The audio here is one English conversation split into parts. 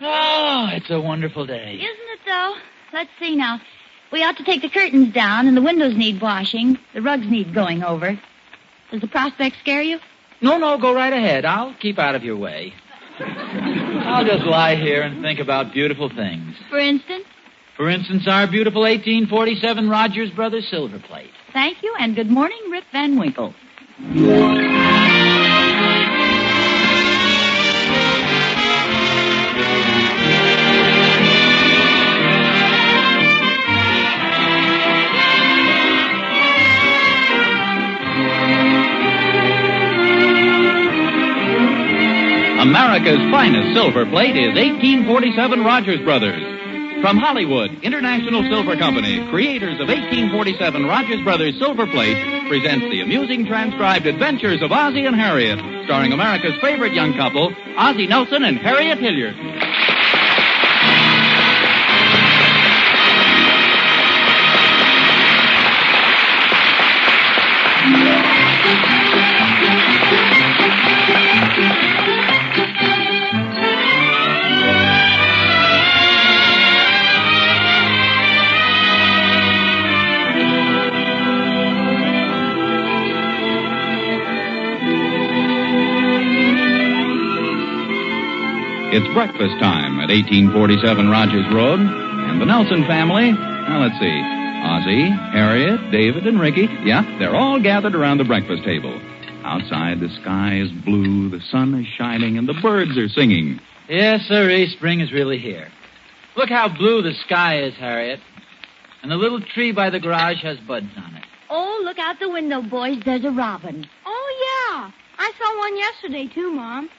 Ah, It's a wonderful day. Isn't it, though? Let's see now. We ought to take the curtains down, and the windows need washing. The rugs need going over. Does the prospect scare you? No, no, go right ahead. I'll keep out of your way. I'll just lie here and think about beautiful things. For instance? For instance, our beautiful 1847 Rogers Brothers silver plate. Thank you, and good morning, Rip Van Winkle. America's finest silver plate is 1847 Rogers Brothers. From Hollywood, International Silver Company, creators of 1847 Rogers Brothers Silver Plate, presents the amusing transcribed adventures of Ozzie and Harriet, starring America's favorite young couple, Ozzie Nelson and Harriet Hilliard. It's breakfast time at 1847 Rogers Road, and the Nelson family, well, let's see, Ozzie, Harriet, David, and Ricky, yeah, they're all gathered around the breakfast table. Outside, the sky is blue, the sun is shining, and the birds are singing. Yes, sirree, spring is really here. Look how blue the sky is, Harriet. And the little tree by the garage has buds on it. Oh, look out the window, boys. There's a robin. Oh, yeah. I saw one yesterday, too, Mom.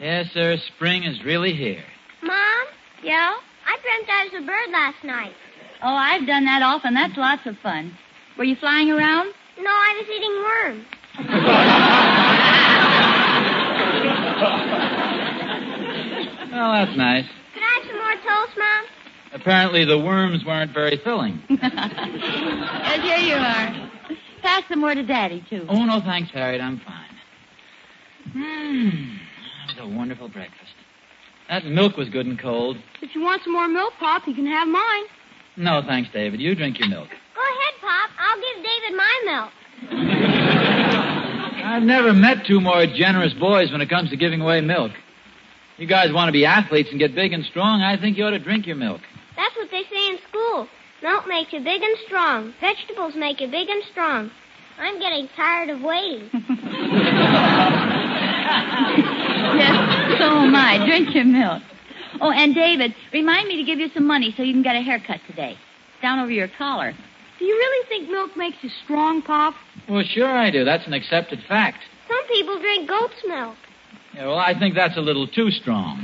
Yes, sir, spring is really here. Mom? Yeah? I dreamt I was a bird last night. Oh, I've done that often. That's lots of fun. Were you flying around? No, I was eating worms. Well, that's nice. Could I have some more toast, Mom? Apparently the worms weren't very filling. Yes, here you are. Pass some more to Daddy, too. Oh, no, thanks, Harriet. I'm fine. Mmm. That was a wonderful breakfast. That milk was good and cold. If you want some more milk, Pop, you can have mine. No, thanks, David. You drink your milk. Go ahead, Pop. I'll give David my milk. I've never met two more generous boys when it comes to giving away milk. You guys want to be athletes and get big and strong, I think you ought to drink your milk. That's what they say in school. Milk makes you big and strong. Vegetables make you big and strong. I'm getting tired of waiting. Yes, so am I. Drink your milk. Oh, and David, remind me to give you some money so you can get a haircut today. It's Down over your collar. Do you really think milk makes you strong, Pop? Well, sure I do. That's an accepted fact. Some people drink goat's milk. Yeah, well, I think that's a little too strong.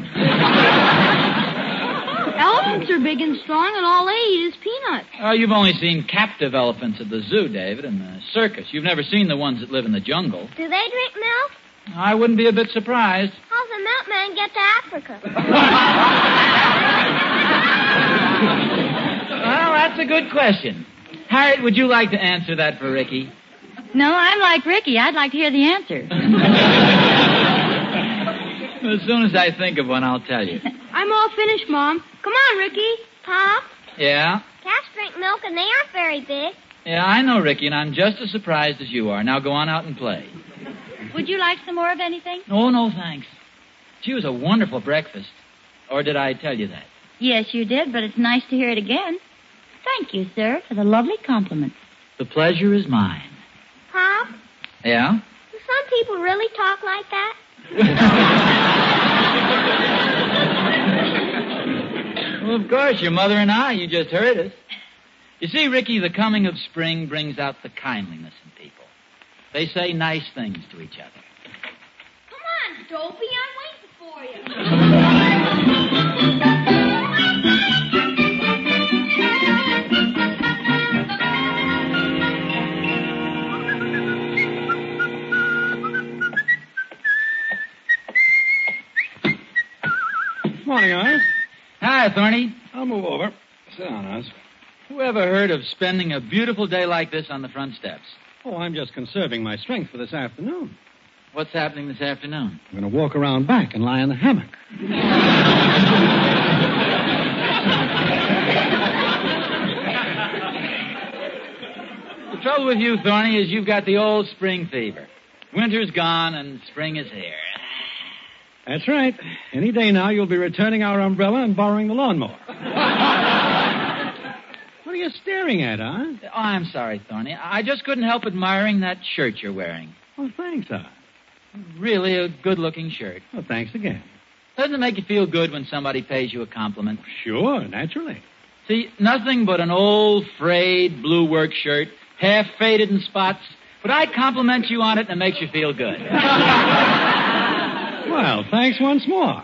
Elephants are big and strong, and all they eat is peanuts. Oh, you've only seen captive elephants at the zoo, David, and the circus. You've never seen the ones that live in the jungle. Do they drink milk? I wouldn't be a bit surprised. How's the milkman get to Africa? Well, that's a good question. Harriet, would you like to answer that for Ricky? No, I'm like Ricky. I'd like to hear the answer. As soon as I think of one, I'll tell you. I'm all finished, Mom. Come on, Ricky. Pop, Yeah? cats drink milk, and they aren't very big. Yeah, I know, Ricky, and I'm just as surprised as you are. Now go on out and play. Would you like some more of anything? Oh, no, thanks. She was a wonderful breakfast. Or did I tell you that? Yes, you did, but it's nice to hear it again. Thank you, sir, for the lovely compliment. The pleasure is mine. Pop, Yeah? do some people really talk like that? Well, of course, your mother and I. You just heard us. You see, Ricky, the coming of spring brings out the kindliness in people. They say nice things to each other. Come on, Dopey, I'm waiting for you. Morning, Oz. Hi, Thorny. I'll move over. Sit down, Oz. Who ever heard of spending a beautiful day like this on the front steps? Oh, I'm just conserving my strength for this afternoon. What's happening this afternoon? I'm going to walk around back and lie in the hammock. trouble with you, Thorny, is you've got the old spring fever. Winter's gone and spring is here. That's right. Any day now, you'll be returning our umbrella and borrowing the lawnmower. what are you staring at, huh? Oh, I'm sorry, Thorny. I just couldn't help admiring that shirt you're wearing. Well, thanks, Art. Really a good looking shirt. Well, thanks again. Doesn't it make you feel good when somebody pays you a compliment? Sure, naturally. See, nothing but an old frayed blue work shirt, half faded in spots, but I compliment you on it and it makes you feel good. Well, thanks once more.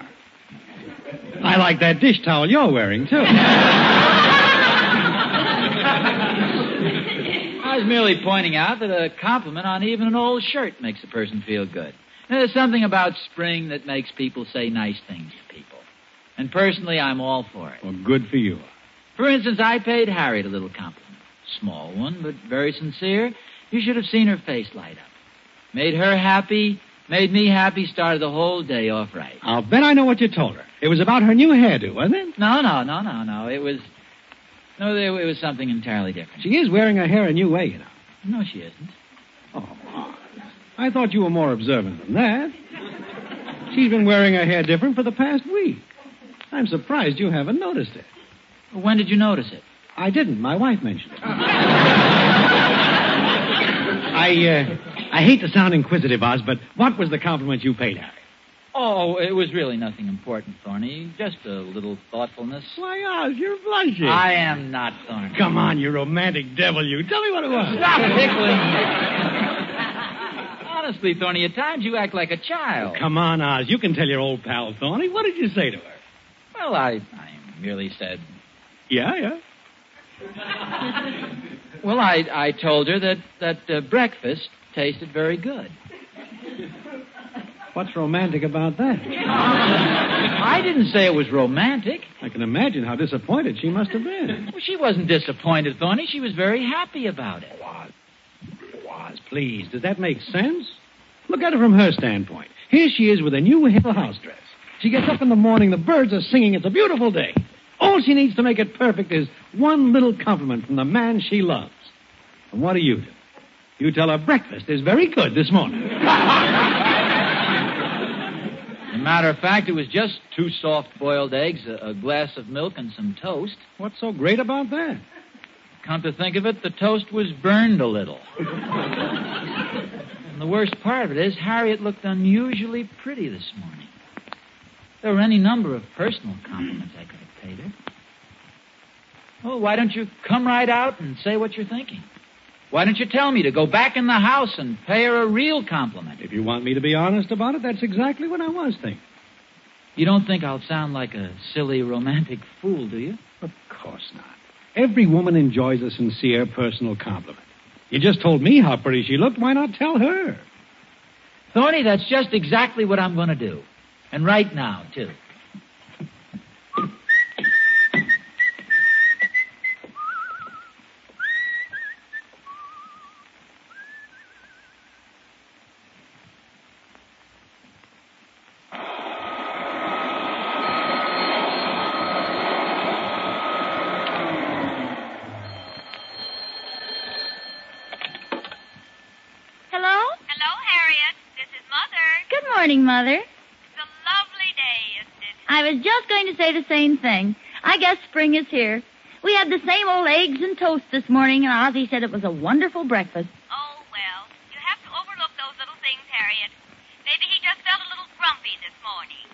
I like that dish towel you're wearing, too. I was merely pointing out that a compliment on even an old shirt makes a person feel good. And there's something about spring that makes people say nice things to people. And personally, I'm all for it. Well, good for you. For instance, I paid Harriet a little compliment. Small one, but very sincere. You should have seen her face light up. Made her happy, made me happy, started the whole day off right. I'll bet I know what you told her. It was about her new hairdo, wasn't it? No, no, no, no, no. It was. No, it was something entirely different. She is wearing her hair a new way, you know. No, she isn't. Oh, I thought you were more observant than that. She's been wearing her hair different for the past week. I'm surprised you haven't noticed it. When did you notice it? I didn't. My wife mentioned it. I, uh, I hate to sound inquisitive, Oz, but what was the compliment you paid her? Oh, it was really nothing important, Thorny. Just a little thoughtfulness. Why, Oz, you're blushing. I am not Thorny. Come on, you romantic devil, you. Tell me what it was. Stop tickling me. Honestly, Thorny, at times you act like a child. Come on, Oz. You can tell your old pal, Thorny. What did you say to her? Well, I, I merely said, Yeah, yeah. well, I, I told her that, that uh, breakfast tasted very good. What's romantic about that? I didn't say it was romantic. I can imagine how disappointed she must have been. Well, she wasn't disappointed, Thorny. She was very happy about it. Oz, Oz, please, does that make sense? Look at it from her standpoint. Here she is with a new hill house dress. She gets up in the morning, the birds are singing, it's a beautiful day. All she needs to make it perfect is one little compliment from the man she loves. And what do you do? You tell her breakfast is very good this morning. As a matter of fact, it was just two soft-boiled eggs, a, a glass of milk, and some toast. What's so great about that? Come to think of it, the toast was burned a little. and the worst part of it is, Harriet looked unusually pretty this morning. There were any number of personal compliments I could have paid her. Well, why don't you come right out and say what you're thinking? Why don't you tell me to go back in the house and pay her a real compliment? If you want me to be honest about it, that's exactly what I was thinking. You don't think I'll sound like a silly, romantic fool, do you? Of course not. Every woman enjoys a sincere personal compliment. You just told me how pretty she looked. Why not tell her? Thorny, that's just exactly what I'm going to do. And right now, too. Hello? Hello, Harriet. This is Mother. Good morning, Mother. It's a lovely day, isn't it? I was just going to say the same thing. I guess spring is here. We had the same old eggs and toast this morning, and Ozzy said it was a wonderful breakfast. Oh, well. You have to overlook those little things, Harriet. Maybe he just felt a little grumpy this morning.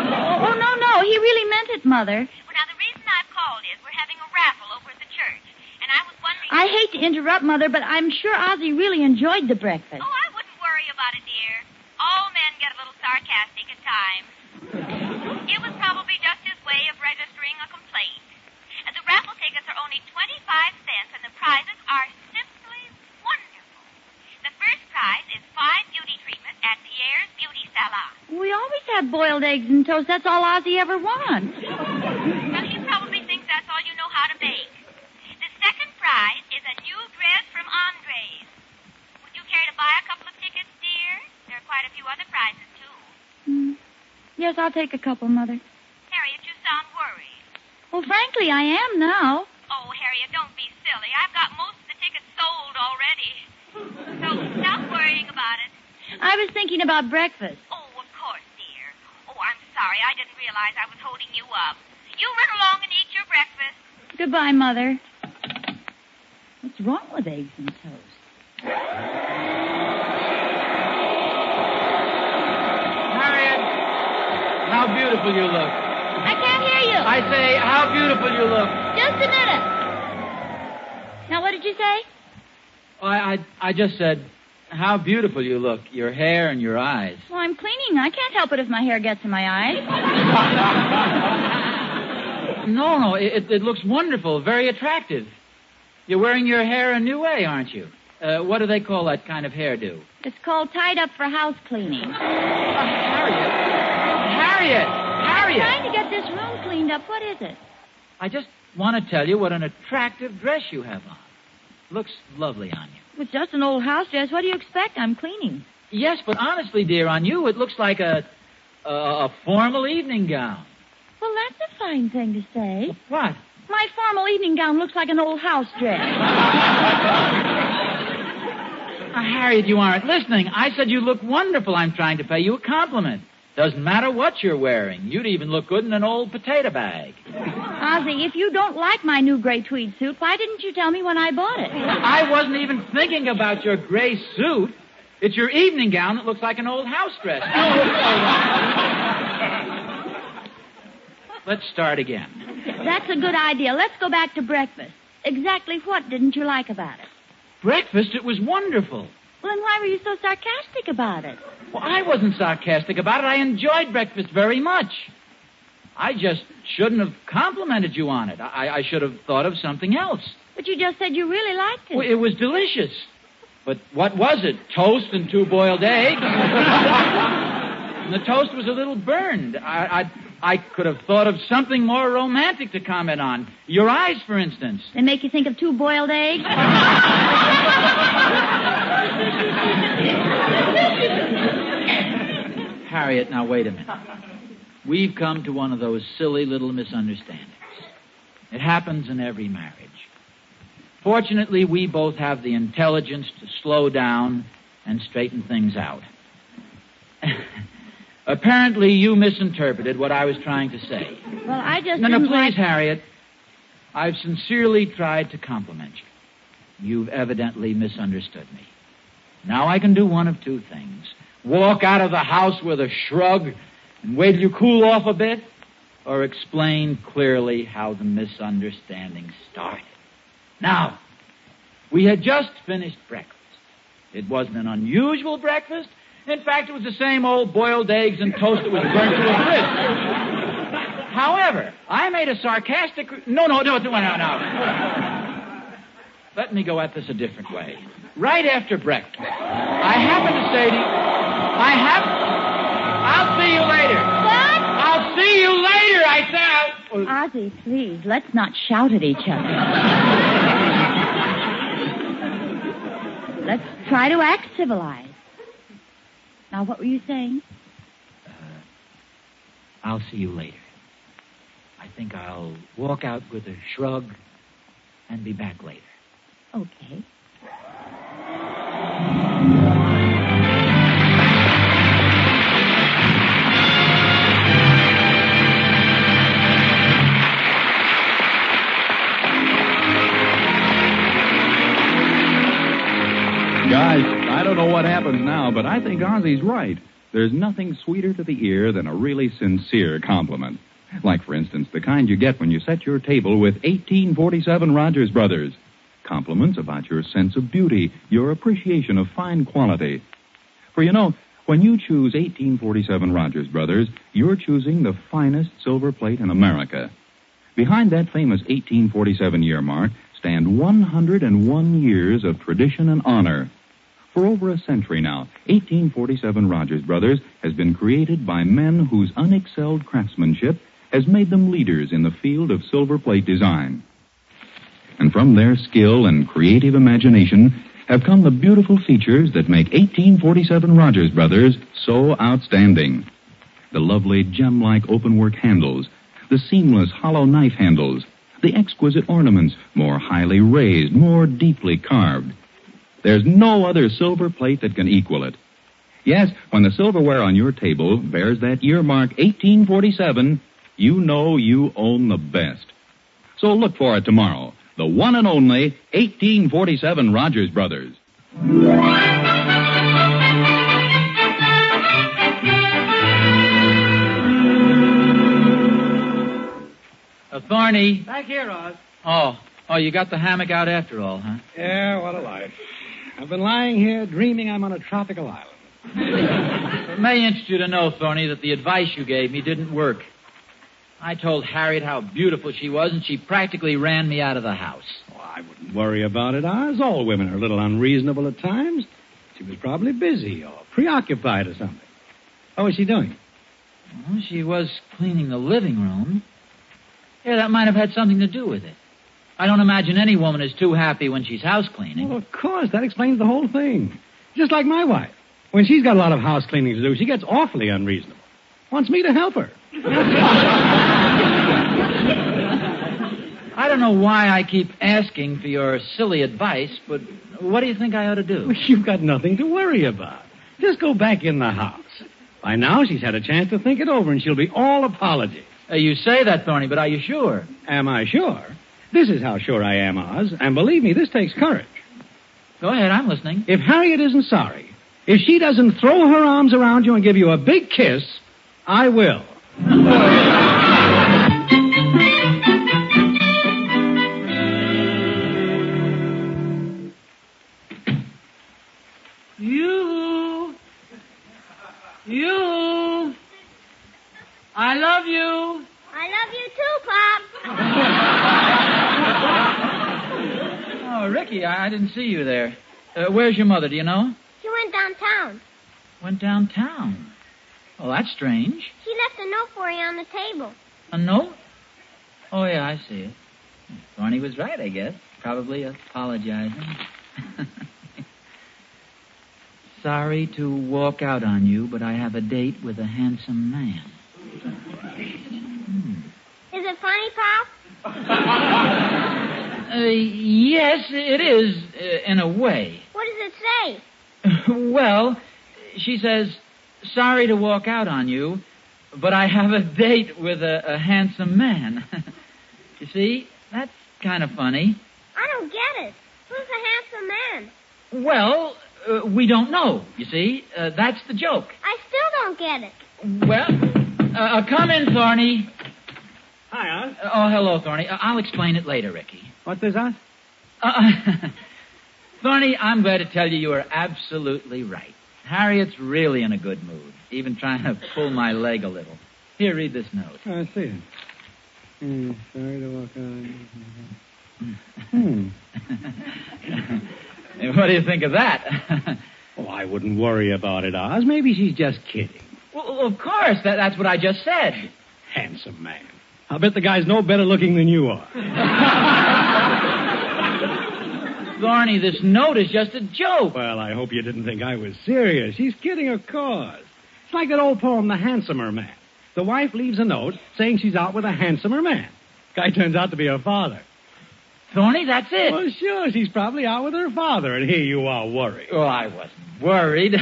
Oh, oh, no, no, he really meant it, Mother. Well, now, the reason I've called is we're having a raffle over at the church. And I was wondering. I hate to interrupt, Mother, but I'm sure Ozzy really enjoyed the breakfast. Oh, I wouldn't worry about it, dear. All men get a little sarcastic at times. It was probably just his way of registering a complaint. And the raffle tickets are only 25 cents, and the prizes are simply wonderful. The first prize is five beauty treatments at Pierre's Beauty Salon. We always have boiled eggs and toast. That's all Ozzy ever wants. Well, he probably thinks that's all you know how to bake. The second prize is a new dress from Andre's. Would you care to buy a couple of tickets, dear? There are quite a few other prizes, too. Hmm. Yes, I'll take a couple, Mother. Harriet, you sound worried. Well, frankly, I am now. Oh, Harriet, don't be silly. I've got most of the tickets sold already. So stop worrying about it. I was thinking about breakfast. Oh, of course, dear. Oh, I'm sorry. I didn't realize I was holding you up. You run along and eat your breakfast. Goodbye, Mother. What's wrong with eggs and toast? Harriet, how beautiful you look. I can't hear you. I say, how beautiful you look. Just a minute. Now, what did you say? I, I, I just said, how beautiful you look, your hair and your eyes. Well, I'm cleaning. I can't help it if my hair gets in my eyes. No, no, it, it looks wonderful, very attractive. You're wearing your hair a new way, aren't you? Uh, what do they call that kind of hairdo? It's called tied up for house cleaning. Harriet! I'm Harriet! trying to get this room cleaned up. What is it? I just want to tell you what an attractive dress you have on. Looks lovely on you. It's just an old house dress. What do you expect? I'm cleaning. Yes, but honestly, dear, on you it looks like a a, a formal evening gown. Well, that's a fine thing to say. What? My formal evening gown looks like an old house dress. Now, Harriet, you aren't listening. I said you look wonderful. I'm trying to pay you a compliment. Doesn't matter what you're wearing. You'd even look good in an old potato bag. Ozzy, if you don't like my new gray tweed suit, why didn't you tell me when I bought it? I wasn't even thinking about your gray suit. It's your evening gown that looks like an old house dress. Let's start again. That's a good idea. Let's go back to breakfast. Exactly what didn't you like about it? Breakfast, it was wonderful. Well, then why were you so sarcastic about it? Well, I wasn't sarcastic about it. I enjoyed breakfast very much. I just shouldn't have complimented you on it. I, I should have thought of something else. But you just said you really liked it. Well, it was delicious. But what was it? Toast and two boiled eggs? and the toast was a little burned. I, I, I could have thought of something more romantic to comment on. Your eyes, for instance. They make you think of two boiled eggs? Harriet, now wait a minute. We've come to one of those silly little misunderstandings. It happens in every marriage. Fortunately, we both have the intelligence to slow down and straighten things out. Apparently, you misinterpreted what I was trying to say. Well, I just No, no, didn't please, like... Harriet. I've sincerely tried to compliment you. You've evidently misunderstood me. Now I can do one of two things. Walk out of the house with a shrug and wait till you cool off a bit, or explain clearly how the misunderstanding started. Now, we had just finished breakfast. It wasn't an unusual breakfast. In fact, it was the same old boiled eggs and toast that was burnt to a crisp. However, I made a sarcastic. No, no, no, no, no, no. Let me go at this a different way. Right after breakfast, I happened to say to you, I have. I'll see you later. What? I'll see you later. I said. I'll- Ozzy, please, let's not shout at each other. let's try to act civilized. Now, what were you saying? I'll see you later. I think I'll walk out with a shrug and be back later. Okay. Guys, I don't know what happens now, but I think Ozzy's right. There's nothing sweeter to the ear than a really sincere compliment. Like, for instance, the kind you get when you set your table with 1847 Rogers Brothers. Compliments about your sense of beauty, your appreciation of fine quality. For you know, when you choose 1847 Rogers Brothers, you're choosing the finest silver plate in America. Behind that famous 1847 year mark stand 101 years of tradition and honor. For over a century now, 1847 Rogers Brothers has been created by men whose unexcelled craftsmanship has made them leaders in the field of silver plate design. And from their skill and creative imagination have come the beautiful features that make 1847 Rogers Brothers so outstanding the lovely gem like openwork handles, the seamless hollow knife handles, the exquisite ornaments, more highly raised, more deeply carved, There's no other silver plate that can equal it. Yes, when the silverware on your table bears that earmark 1847, you know you own the best. So look for it tomorrow. The one and only 1847 Rogers Brothers. Uh, Thorny. Back here, Oz. Oh, oh, you got the hammock out after all, huh? Yeah, what a life. I've been lying here dreaming I'm on a tropical island. It may interest you to know, Thorny, that the advice you gave me didn't work. I told Harriet how beautiful she was, and she practically ran me out of the house. Oh, I wouldn't worry about it, Oz. All women are a little unreasonable at times. She was probably busy or preoccupied or something. How was she doing? Well, she was cleaning the living room. Yeah, that might have had something to do with it. I don't imagine any woman is too happy when she's house Well, cleaning. of course, that explains the whole thing. Just like my wife. When she's got a lot of house cleaning to do, she gets awfully unreasonable. Wants me to help her. I don't know why I keep asking for your silly advice, but what do you think I ought to do? Well, You've got nothing to worry about. Just go back in the house. By now, she's had a chance to think it over, and she'll be all apology. Uh, you say that, Thorny, but are you sure? Am I sure? This is how sure I am, Oz. And believe me, this takes courage. Go ahead, I'm listening. If Harriet isn't sorry, if she doesn't throw her arms around you and give you a big kiss, I will. You. You. I love you. I love you too, Pop. Oh, Ricky, I, I didn't see you there. Uh, where's your mother? Do you know? She went downtown. Went downtown. Well, that's strange. She left a note for you on the table. A note? Oh, yeah, I see it. Barney was right, I guess. Probably apologizing. Sorry to walk out on you, but I have a date with a handsome man. Is it funny, Pop? Uh, yes, it is, uh, in a way. What does it say? well, she says, Sorry to walk out on you, but I have a date with a, a handsome man. you see, that's kind of funny. I don't get it. Who's the handsome man? Well, uh, we don't know, you see. Uh, that's the joke. I still don't get it. Well, uh, uh, come in, Thorny. Hi, Oz. Uh, oh, hello, Thorny. Uh, I'll explain it later, Ricky. What's this, Oz? Uh, Thorny, I'm glad to tell you you are absolutely right. Harriet's really in a good mood, even trying to pull my leg a little. Here, read this note. I see. Hmm, sorry to walk on. Hmm. what do you think of that? Oh, I wouldn't worry about it, Oz. Maybe she's just kidding. well, of course, that, that's what I just said. Handsome man. I'll bet the guy's no better looking than you are. Thorny, this note is just a joke. Well, I hope you didn't think I was serious. She's kidding, of course. It's like that old poem, The Handsomer Man. The wife leaves a note saying she's out with a handsomer man. Guy turns out to be her father. Thorny, that's it. Well, sure, she's probably out with her father, and here you are worried. Oh, I wasn't worried.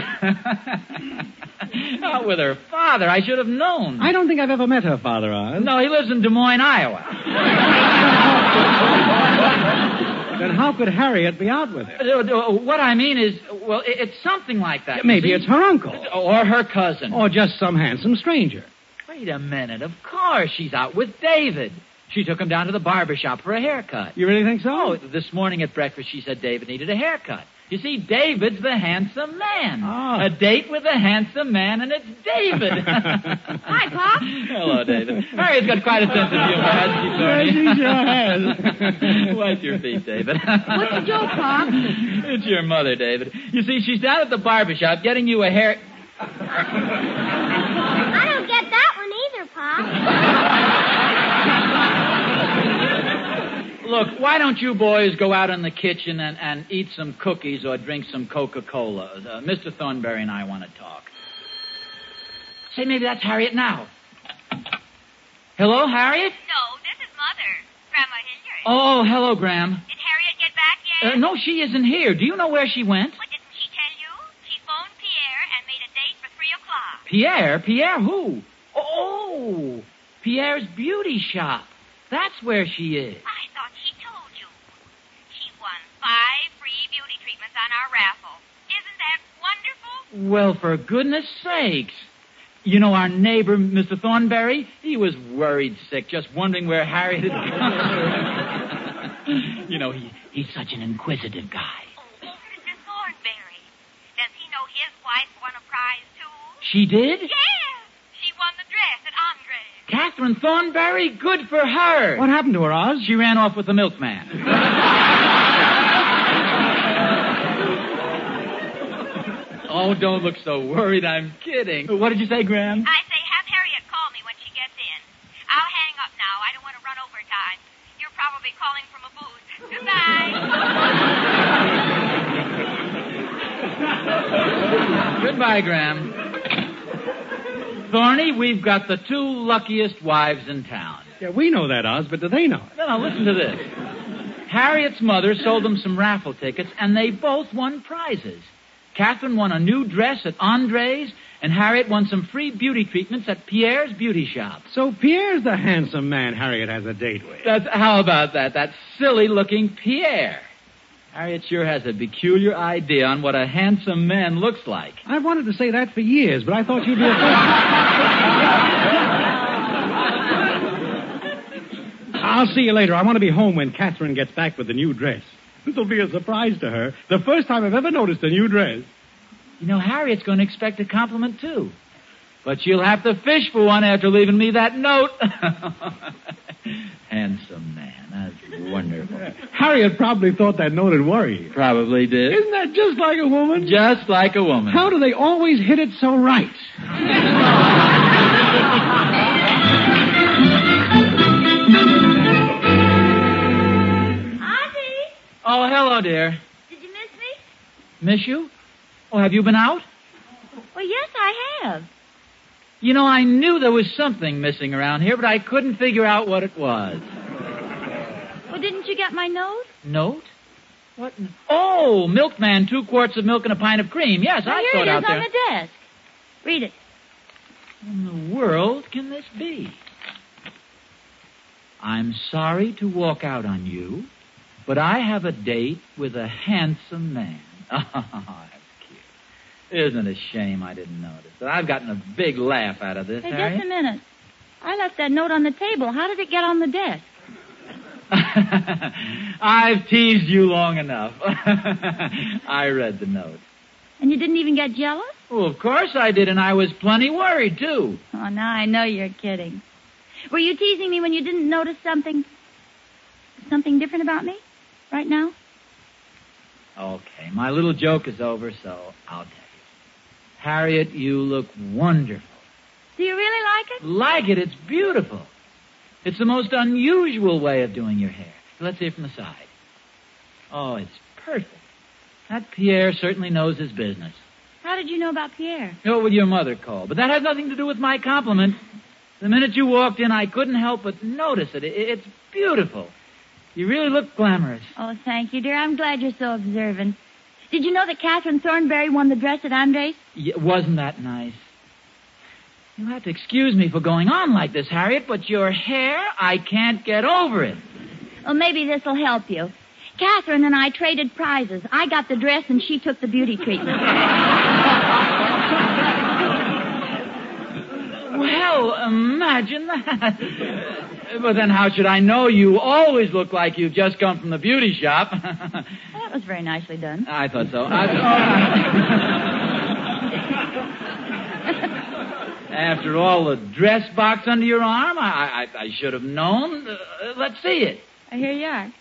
Not with her father. I should have known. I don't think I've ever met her father, Oz. No, he lives in Des Moines, Iowa. Then how could Harriet be out with him? Uh, What I mean is, well, it- it's something like that. you Maybe see. it's her Oh. uncle. Or her cousin. Or just some handsome stranger. Wait a minute. Of course, she's out with David. She took him down to the barber shop for a haircut. You really think so? Oh, this morning at breakfast, she said David needed a haircut. You see, David's the handsome man. Ah. A date with a handsome man, and it's David. Hi, Pop. Hello, David. Harriet's got quite a sense of humor, hasn't she, Tony? Yes, she sure has. Wipe your feet, David. What's the joke, Pop? it's your mother, David. You see, she's down at the barber shop getting you a hair. I don't get that one either, Pop. Look, why don't you boys go out in the kitchen and, and eat some cookies or drink some Coca Cola? Uh, Mr. Thornberry and I want to talk. Say, maybe that's Harriet now. Hello, Harriet? No, this is Mother. Grandma Hilliard. Oh, hello, Graham. Did Harriet get back yet? Uh, Pierre? no, she isn't here. Do you know where she went? What didn't she tell you? She phoned Pierre and made a date for 3 o'clock. Pierre? Pierre who? Oh, Pierre's beauty shop. That's where she is. I thought she told you. She won five free beauty treatments on our raffle. Isn't that wonderful? Well, for goodness sakes. You know, our neighbor, Mr. Thornberry, he was worried sick, just wondering where Harriet had gone. you know, he, he's such an inquisitive guy. Oh, Mr. Thornberry. Does he know his wife won a prize, too? She did? Yes! She won the dress at Andre's. Catherine Thornberry? Good for her. What happened to her, Oz? She ran off with the milkman. oh, don't look so worried. I'm kidding. What did you say, Graham? I say have Harriet call me when she gets in. I'll hang up now. I don't want to run over time. You're probably calling from a booth. Goodbye. Goodbye, Graham. Thorny, we've got the two luckiest wives in town. Yeah, we know that, Oz, but do they know it? Now, now listen to this. Harriet's mother sold them some raffle tickets, and they both won prizes. Catherine won a new dress at Andre's, and Harriet won some free beauty treatments at Pierre's beauty shop. So Pierre's the handsome man Harriet has a date with. That's how about that? That silly looking Pierre. Harriet sure has a peculiar idea on what a handsome man looks like. I've wanted to say that for years, but I thought you'd be a I'll see you later. I want to be home when Catherine gets back with the new dress. This'll be a surprise to her. The first time I've ever noticed a new dress. You know, Harriet's going to expect a compliment, too. But she'll have to fish for one after leaving me that note. Handsome man. That's wonderful. Harriet probably thought that note would worry you. Probably did. Isn't that just like a woman? Just like a woman. How do they always hit it so right? Ozzy, Oh, hello, dear. did you miss me? Miss you? Oh, have you been out? Well, yes, I have. You know, I knew there was something missing around here, but I couldn't figure out what it was. Well, didn't you get my note? Note? What? n- Oh, milkman, two quarts of milk and a pint of cream. Yes, I Here saw it it is out there. on the desk. Read it. What in the world can this be? I'm sorry to walk out on you, but I have a date with a handsome man. Oh, that's cute. Isn't it a shame I didn't notice? I've gotten a big laugh out of this, Hey, Harriet. just a minute. I left that note on the table. How did it get on the desk? I've teased you long enough. I read the note. And you didn't even get jealous? Well, of course I did, and I was plenty worried, too. Oh, now I know you're kidding. Were you teasing me when you didn't notice something? Something different about me? Right now? Okay, my little joke is over, so I'll tell you. Harriet, you look wonderful. Do you really like it? Like it, it's beautiful. It's the most unusual way of doing your hair. Let's see it from the side. Oh, it's perfect. That Pierre certainly knows his business. How did you know about Pierre? Oh, well, your mother called, but that has nothing to do with my compliment. The minute you walked in, I couldn't help but notice it. I- It's beautiful. You really look glamorous. Oh, thank you, dear. I'm glad you're so observant. Did you know that Catherine Thornberry won the dress at Andre's? Y- wasn't that nice? You'll have to excuse me for going on like this, Harriet, but your hair, I can't get over it. Well, maybe this'll help you. Catherine and I traded prizes. I got the dress and she took the beauty treatment. Well, imagine that. but then how should I know you always look like you've just come from the beauty shop? Well, that was very nicely done. I thought so. I- After all, the dress box under your arm, I, I, I should have known. Uh, let's see it. Here you are.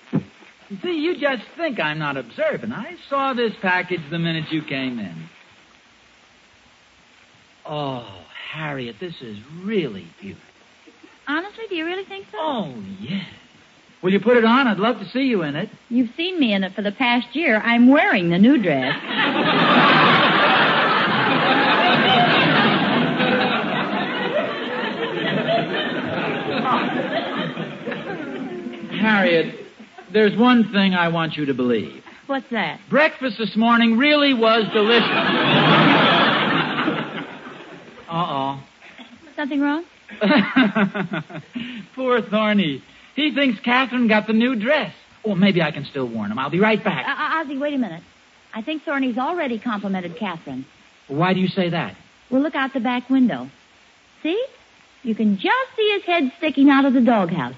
See, you just think I'm not observant. I saw this package the minute you came in. Oh, Harriet, this is really beautiful. Honestly, do you really think so? Oh, yes. Will you put it on? I'd love to see you in it. You've seen me in it for the past year. I'm wearing the new dress. Harriet, there's one thing I want you to believe. What's that? Breakfast this morning really was delicious. Uh Something wrong? oh. Poor Thorny. He thinks Catherine got the new dress. Well, maybe I can still warn him. I'll be right Uh, back. uh, Ozzy, wait a minute. I think Thorny's already complimented Catherine. Why do you say that? Well, look out the back window. See? You can just see his head sticking out of the doghouse.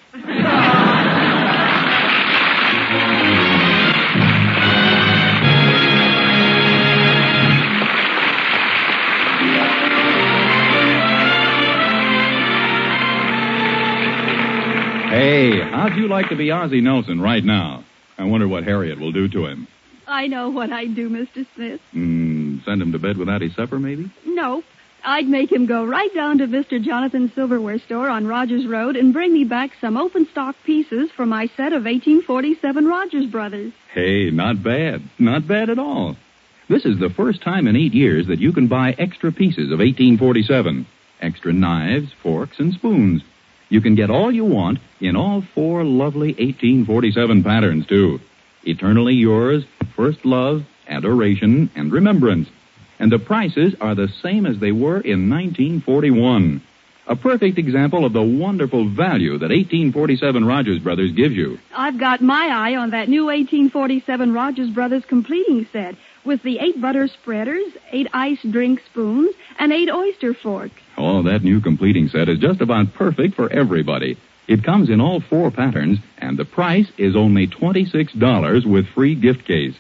Hey, how'd you like to be Ozzie Nelson right now? I wonder what Harriet will do to him. I know what I'd do, Mr. Smith. Mm, send him to bed without his supper, maybe? No, I'd make him go right down to Mr. Jonathan's silverware store on Rogers Road and bring me back some open stock pieces for my set of 1847 Rogers Brothers. Hey, not bad. Not bad at all. This is the first time in eight years that you can buy extra pieces of 1847. Extra knives, forks, and spoons. You can get all you want in all four lovely 1847 patterns, too. Eternally yours, first love, adoration, and remembrance. And the prices are the same as they were in 1941. A perfect example of the wonderful value that 1847 Rogers Brothers gives you. I've got my eye on that new 1847 Rogers Brothers completing set with the eight butter spreaders, eight ice drink spoons, and eight oyster forks. Oh, that new completing set is just about perfect for everybody. It comes in all four patterns, and the price is only $26 with free gift case.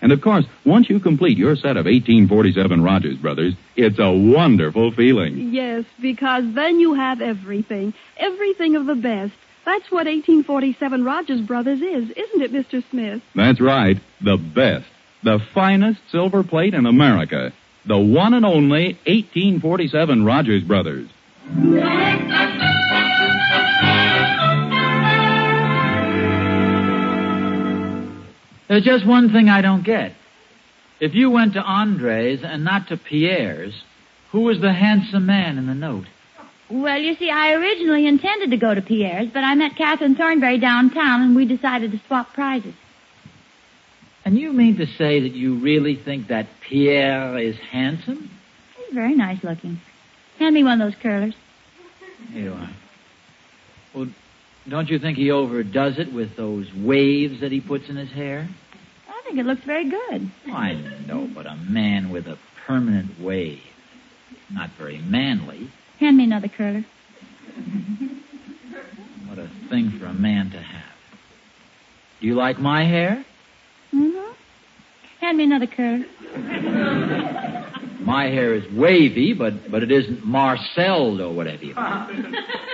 And of course, once you complete your set of 1847 Rogers Brothers, it's a wonderful feeling. Yes, because then you have everything, everything of the best. That's what 1847 Rogers Brothers is, isn't it, Mr. Smith? That's right, the best, the finest silver plate in America. The one and only 1847 Rogers Brothers. There's just one thing I don't get. If you went to Andre's and not to Pierre's, who was the handsome man in the note? Well, you see, I originally intended to go to Pierre's, but I met Catherine Thornberry downtown and we decided to swap prizes. And you mean to say that you really think that Pierre is handsome? He's very nice looking. Hand me one of those curlers. Here you are. Well, don't you think he overdoes it with those waves that he puts in his hair? I think it looks very good. I know, but a man with a permanent wave. Not very manly. Hand me another curler. What a thing for a man to have. Do you like my hair? Mm-hmm. Hand me another curler. My hair is wavy, but, but it isn't marcelled or whatever you call it.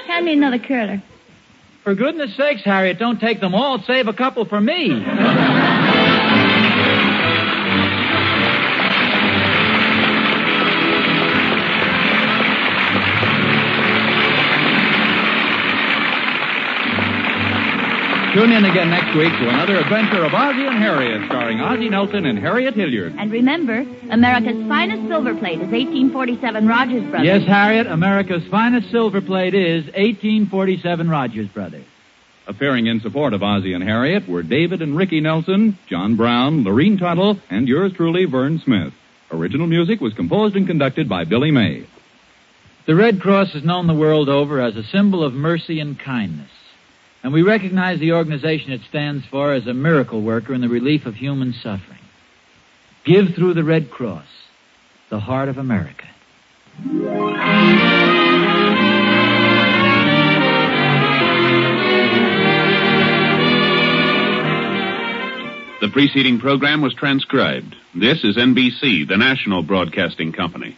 Hand me another curler. For goodness sakes, Harriet, don't take them all. Save a couple for me. Tune in again next week to another adventure of Ozzie and Harriet, starring Ozzie Nelson and Harriet Hilliard. And remember, America's finest silver plate is 1847 Rogers Brothers. Yes, Harriet, America's finest silver plate is 1847 Rogers Brothers. Appearing in support of Ozzie and Harriet were David and Ricky Nelson, John Brown, Lorene Tuttle, and yours truly, Vern Smith. Original music was composed and conducted by Billy May. The Red Cross is known the world over as a symbol of mercy and kindness. And we recognize the organization it stands for as a miracle worker in the relief of human suffering. Give through the Red Cross, the heart of America. The preceding program was transcribed. This is NBC, the national broadcasting company.